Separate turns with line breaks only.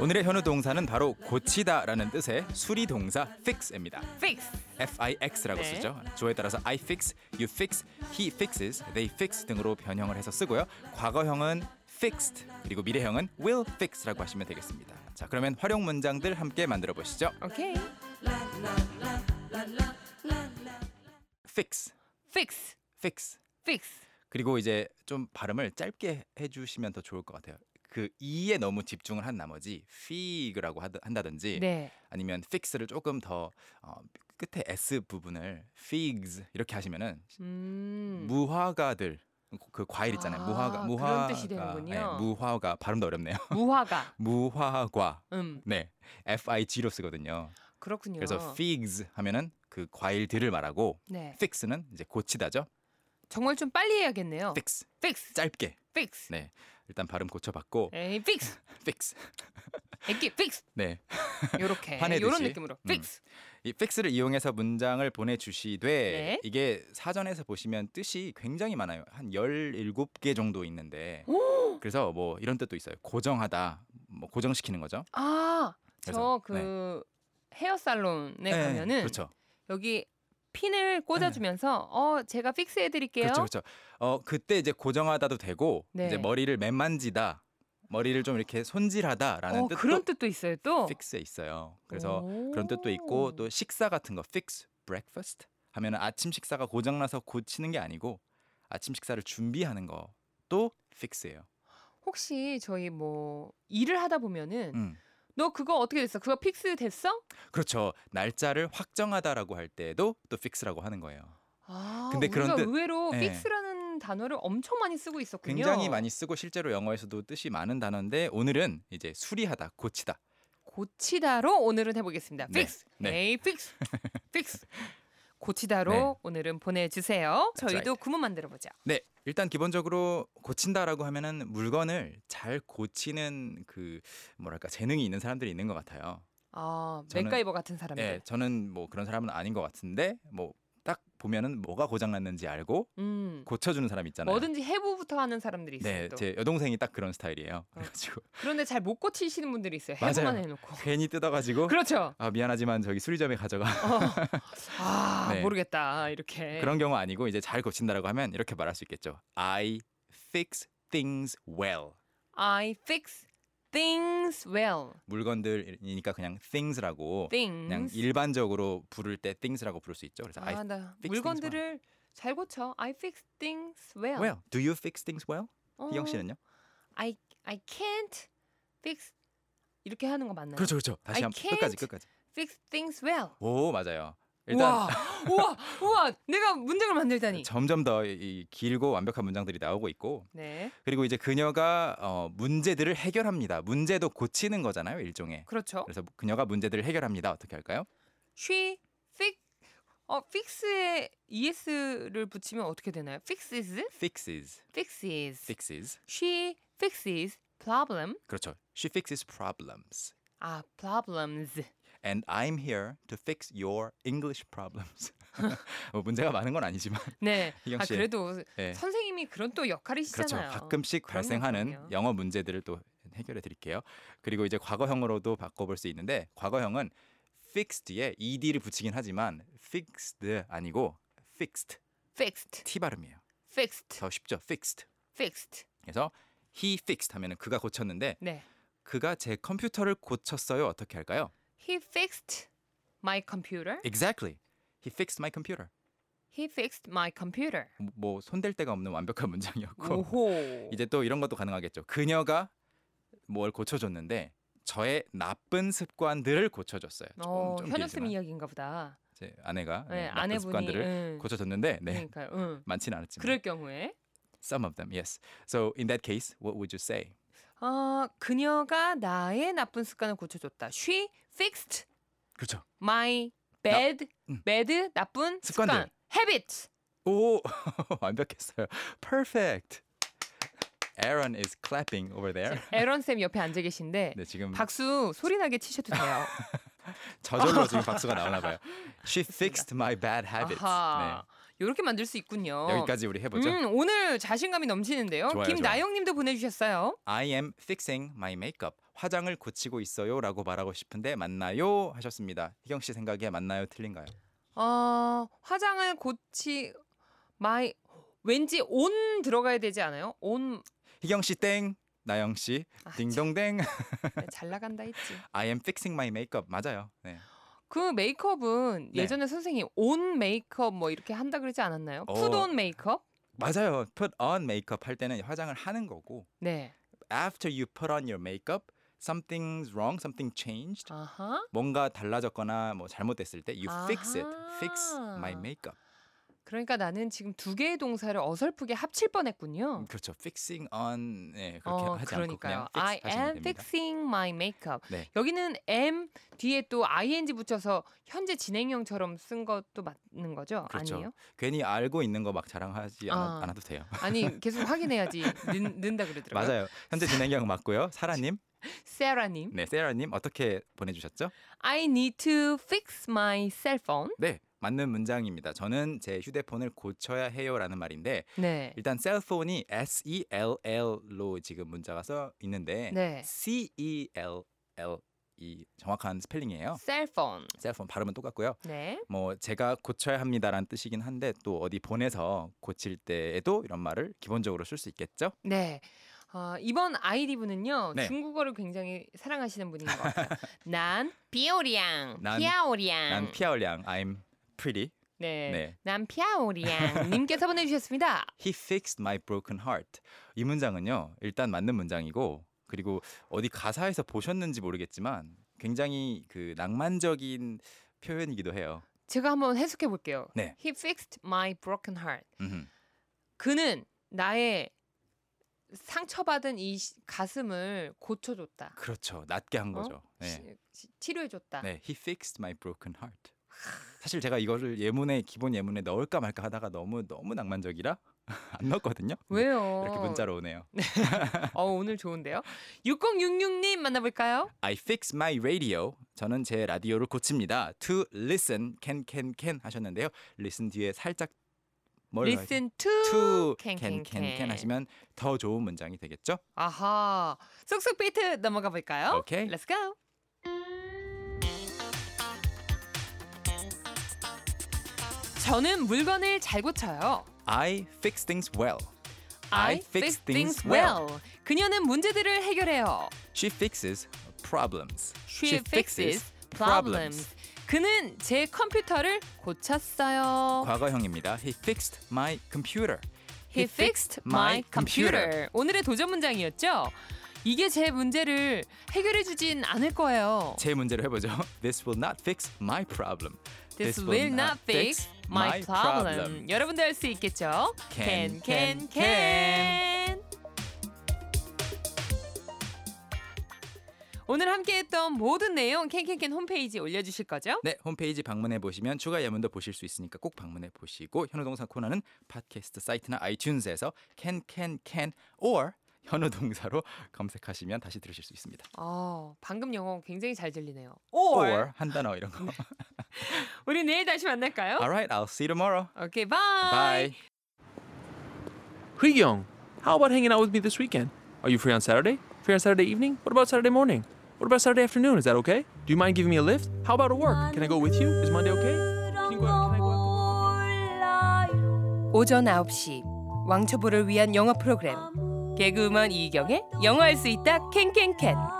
오늘의 현우 동사는 바로 고치다라는 뜻의 수리 동사 fix입니다.
Fix.
FIX라고
네.
쓰죠. 조에 따라서 I fix, you fix, he fixes, they fix 등으로 변형을 해서 쓰고요. 과거형은 fixed 그리고 미래형은 will fix라고 하시면 되겠습니다. 자, 그러면 활용 문장들 함께 만들어 보시죠.
오케이.
fix,
Fix.
fix.
Fix.
그리고 이제 좀 발음을 짧게 해주시면 더 좋을 것 같아요. 그 이에 너무 집중을 한 나머지 fig라고 하드- 한다든지
네.
아니면 fix를 조금 더 어, 끝에 s 부분을 figs 이렇게 하시면은
음.
무화과들 그 과일 있잖아요.
아,
무화과
그런
무화과
뜻이 되는군요.
무화과 발음도 어렵네요.
무화과.
무화과
음.
네 f i g로 쓰거든요.
그렇군요.
그래서 figs 하면은 그 과일들을 말하고
네.
fix는 이제 고치다죠.
어. 정말 좀 빨리 해야겠네요.
fix
Fix.
짧게
Fix.
네. 일단 발음 고쳐봤고
에이, fix.
fix
애기 fix.
네
요렇게.
화내듯이.
요런 느낌으로.
음.
Fix.
이 팩스를 이용해서 문장을 보내주시되
네.
이게 사전에서 보시면 뜻이 굉장히 많아요. 한 17개 정도 있는데 그래서 뭐 이런 뜻도 있어요. 고정하다, 뭐 고정시키는 거죠.
아,
그래서, 네.
저 그 헤어 살론에 가면은
그렇죠. 네.
여기 핀을 꽂아주면서 어 제가 픽스해 드릴게요.
그렇죠. 그렇죠. 어, 그때 이제 고정하다도 되고
네.
이제 머리를 맨만지다, 머리를 좀 이렇게 손질하다라는
어,
뜻도
그런 뜻도 있어요 또.
픽스에 있어요. 그래서
오.
그런 뜻도 있고 또 식사 같은 거 fix breakfast 하면은 아침 식사가 고장나서 고치는 게 아니고 아침 식사를 준비하는 것도 fix예요.
혹시 저희 뭐 일을 하다 보면은
음.
너 그거 어떻게 됐어? 그거 픽스 됐어?
그렇죠. 날짜를 확정하다라고 할 때도 또 fix라고 하는 거예요.
아,
근데
우리가
그런 뜻-
의외로
예.
픽스라는 단어를 엄청 많이 쓰고 있었군요.
굉장히 많이 쓰고 실제로 영어에서도 뜻이 많은 단어인데 오늘은 이제 수리하다, 고치다.
고치다로 오늘은 해보겠습니다.
네,
픽스,
네.
에이 픽스, 픽스. 고치다로
네.
오늘은 보내주세요.
That's
저희도
right.
구문 만들어 보자.
네, 일단 기본적으로 고친다라고 하면은 물건을 잘 고치는 그 뭐랄까 재능이 있는 사람들이 있는 것 같아요.
아,
저는-
맥가이버 같은 사람들.
예, 저는 뭐 그런 사람은 아닌 것 같은데 뭐 딱 보면은 뭐가 고장났는지 알고
음,
고쳐주는 사람 있잖아요.
뭐든지 해부부터 하는 사람들이 있어요.
네,
또. 어.
제 여동생이 딱 그런 스타일이에요. 그래가지고
그런데 잘 못 고치시는 분들이 있어요.
맞아요.
해부만 해놓고.
괜히 뜯어가지고
그렇죠. 어.
아 미안하지만 저기 수리점에 가져가
아
네.
모르겠다 이렇게.
그런 경우 아니고 이제 잘 고친다라고 하면 이렇게 말할 수 있겠죠. I fix things well.
I fix things well.
물건들이니까 그냥 things라고 그냥
Things.
일반적으로 부를 때 things라고 부를 수 있죠. 그래서 I
아, 나
things
물건들을 잘 고쳐. I fix things well.
well. 그 Do you fix things well?
네. 어,
희경 씨는요?
I I can't fix 이렇게 하는 거 맞나요?
그렇죠, 그렇죠. 다시
I
한번 끝까지
can't.
끝까지.
Fix things well.
오 맞아요. 일단 그렇죠.
우와, 우와, 우와, 내가 문장을 만들다니.
점점 더 이- 이 길고 완벽한 문장들이 나오고 있고
네,
그리고 이제 그녀가 어, 문제들을 해결합니다. 문제도 고치는 거잖아요, 일종의.
그렇죠.
그래서 그녀가 문제들을 해결합니다. 어떻게 할까요?
She fix 어 fix에 es를 붙이면 어떻게 되나요? Fixes,
fixes.
fixes.
fixes.
She fixes problem.
그렇죠. She fixes problems.
아, problems.
And I'm here to fix your English problems. 뭐 문제가 많은 건 아니지만
네.
희경
아
씨.
그래도
예.
선생님이 그런 또
그렇죠.
역할이시잖아요.
가끔씩
그럼요,
발생하는
그럼요.
영어 문제들을 또 해결해 드릴게요. 그리고 이제 과거형으로도 바꿔 볼수 있는데 과거형은 fixed에 ed를 붙이긴 하지만 fixed 아니고 fixed
fixed,
t 발음이에요.
fixed,
더 쉽죠. fixed.
fixed.
그래서 he fixed 하면은 그가 고쳤는데
네.
그가 제 컴퓨터를 고쳤어요. 어떻게 할까요?
He fixed my computer.
Exactly. He fixed my computer.
He fixed my computer.
뭐 손댈 데가 없는 완벽한 문장이었고
오호.
그뭐 이제 또 이런 것도 가능하겠죠. 그녀가 뭘 고쳐줬는데 저의 나쁜 습관들을 고쳐줬어요. 좀,
어,
좀
현우 쌤
길지만
이야기인가 보다.
제 아내가
네,
네, 나쁜
아내분이
습관들을
응,
고쳐줬는데 네,
그러니까요. 응.
많지는 않았지만
그럴 경우에
some of them yes. So in that case, what would you say?
어, 그녀가 나의 나쁜 습관을 고쳐줬다. She fixed
그렇죠.
my bad,
음.
bad 나쁜
습관들.
습관, habit.
오 완벽했어요. Perfect. Aaron is clapping over there.
에런 쌤 옆에 앉아 계신데
네 지금
박수 소리 나게 치셔도 돼요.
저절로 지금 박수가 나오나 봐요. She fixed my bad habits. 네.
아하. 이렇게 만들 수 있군요.
여기까지 우리 해보죠.
음, 오늘 자신감이 넘치는데요.
좋아요,
김나영님도 보내주셨어요.
I am fixing my makeup. 화장을 고치고 있어요라고 말하고 싶은데 맞나요? 하셨습니다. 희경 씨 생각에 맞나요? 틀린가요?
어, 화장을 고치 마이 왠지 온 들어가야 되지 않아요? 온
희경 씨 땡. 나영 씨
아,
딩동댕.
참, 잘 나간다 했지.
I am fixing my makeup. 맞아요. 네.
그 메이크업은
네.
예전에 선생님 온 메이크업 뭐 이렇게 한다 그러지 않았나요?
어.
푸드 온 메이크업?
맞아요. put on makeup 할 때는 화장을 하는 거고
네.
after you put on your makeup something's wrong, something changed.
아하.
뭔가 달라졌거나 뭐 잘못됐을 때 you fix it. fix
아하.
my makeup.
그러니까 나는 지금 두 개의 동사를 어설프게 합칠 뻔했군요.
그렇죠. fixing on 예, 그렇게
어,
하지 않고
그러니까요.
그냥 fix
I
하시면
am
됩니다.
fixing my makeup.
네.
여기는 am 뒤에 또 ing 붙여서 현재 진행형처럼 쓴 것도 맞는 거죠?
그렇죠.
아니에요?
괜히 알고 있는 거 막 자랑하지 않아,
아.
않아도 돼요.
아니 계속 확인해야지 는, 는다 그러더라고요.
맞아요. 현재 진행형 맞고요. 사라님,
세라님,
네 세라님 어떻게 보내주셨죠?
I need to fix my cell phone.
네 맞는 문장입니다. 저는 제 휴대폰을 고쳐야 해요라는 말인데
네,
일단 셀폰이 S E L L로 지금 문자가 써 있는데
네,
C E L L 이 정확한 스펠링이에요.
cell phone.
셀폰 발음은 똑같고요.
네,
뭐 제가 고쳐야 합니다라는 뜻이긴 한데 또 어디 보내서 고칠 때에도 이런 말을 기본적으로 쓸 수 있겠죠?
네. 어, 이번 아이디브는요
네.
중국어를 굉장히 사랑하시는 분인 것 같아요. 난 비오리양,
난-
피아오리양.
난 피아올량, I'm pretty.
음. 네.
네.
난 피아오리양 님께서 보내주셨습니다.
He fixed my broken heart. 이 문장은요. 일단 맞는 문장이고 그리고 어디 가사에서 보셨는지 모르겠지만 굉장히 그 낭만적인 표현이기도 해요.
제가 한번 해석해 볼게요.
네.
He fixed my broken heart.
음흠.
그는 나의 상처받은 이 시- 가슴을 고쳐줬다.
그렇죠. 낮게 한
어?
거죠. 네.
시- 아. 시- 치료해줬다.
네, he fixed my broken heart. 사실 제가 이거를 예문에 기본 예문에 넣을까 말까 하다가 너무 너무 낭만적이라 안 넣었거든요. 근데
왜요?
이렇게 문자로 오네요.
어, 오늘 좋은데요. 6066님 만나볼까요?
I fix my radio. 저는 제 라디오를 고칩니다. To listen, can can can 하셨는데요. Listen 뒤에 살짝 뭘 넣어야지?
Listen to,
to
can,
can can
can,
can,
can.
하시면 더 좋은 문장이 되겠죠?
아하. 쏙쏙 비트 넘어가 볼까요?
오케이.
Let's go. 저는 물건을 잘 고쳐요.
I fix things well.
I fix things well. 그녀는 문제들을 해결해요.
She fixes problems.
She fixes problems. 그는 제 컴퓨터를 고쳤어요.
과거형입니다. He fixed my computer.
He fixed my computer. 오늘의 도전 문장이었죠? 이게 제 문제를 해결해 주진 않을 거예요.
제 문제로 해보죠. This will not fix my problem.
This will not fix my problem. 여러분도 할 수 있겠죠?
Can,
Can
can,
can can. 오늘 함께했던 모든 내용 캔캔캔 홈페이지에 올려주실 거죠?
네, 홈페이지 방문해 보시면 추가 예문도 보실 수 있으니까 꼭 방문해 보시고 현우동사 코너는 팟캐스트 사이트나 아이튠즈에서 can can can or 현우동사로 검색하시면 다시 들으실 수 있습니다.
어, 방금 영어 굉장히 잘 들리네요.
or 한 단어 이런 거.
우리 내일 다시 만날까요?
Alright, I'll see you tomorrow.
오케이, 바이.
Bye.
Young, how about hanging out with me this weekend? Are you free on Saturday? Free on Saturday evening? What about Saturday morning? What about Saturday afternoon? Is that okay? Do you mind giving me a lift? How about at work? Can I go with you? Is Monday okay? Can you go out? Can I go out?
오전 9시 왕초보를 위한 영어 프로그램 개그우먼 이경의 영어할 수 있다 캔캔캔